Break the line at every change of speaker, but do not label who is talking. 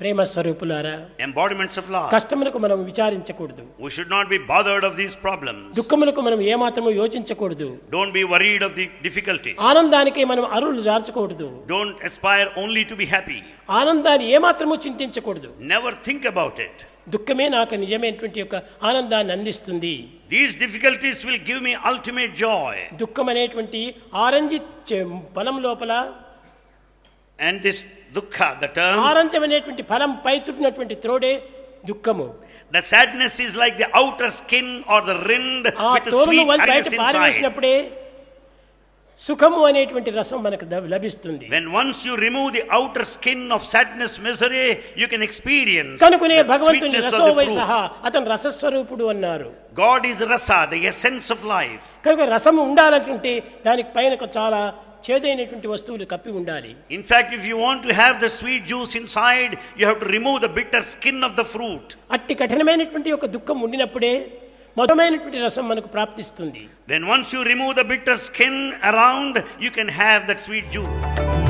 ప్రేమ స్వరూపులారా
embodiments of love.
కష్టములకు మనం విచారించకూడదు
We should not be bothered of these problems.
దుఃఖములకు మనం ఏమాత్రము యోచించకూడదు
Don't be worried of the difficulties.
Ah. ఆనందానికి మనం అరువులు జార్చకూడదు
Don't aspire only to be happy.
ఆనందాన్ని ఏమాత్రము చింతించకూడదు
Never think about it.
దుఃఖమే నాకు నిజమైనటువంటి యొక్క ఆనందాన్ని అందిస్తుంది
These difficulties will give me ultimate joy.
దుఃఖం అనేటువంటి ఆరంజి చె- ఫలం లోపల
And this dukkha, the term,
ఆరంజం అనేటువంటి ఫలం పై తుట్టినటువంటి త్రోడే దుఃఖము
the sadness is like the outer skin or the rind
ఆ
with a
తోరును
sweet
వాళ్ళు బయట
hardness inside.
పారవేసినప్పుడే సుఖము అనేటువంటి రసం మనకు ద- లభిస్తుంది
When once you remove the outer skin of sadness, misery, you can experience
కనుకునే
the
భగవంతుని
sweetness of
రసో
the
వై
fruit.
సహా అతను రసస్వరూపుడు అన్నారు
God is rasa, the essence of life.
కనుక రసము ఉండాలంటుంటే దానికి పైన ఒక చాలా చేదైనటువంటి వస్తువులు కప్పి ఉండాలి
In fact, if you want to have the sweet juice inside, you have to remove the bitter skin of the fruit.
అట్టి కఠినమైనటువంటి ఒక దుఃఖం ఉండినప్పుడే మధురమైనటువంటి రసం మనకు ప్రాప్తిస్తుంది
Then once you remove the bitter skin around, you can have that sweet juice.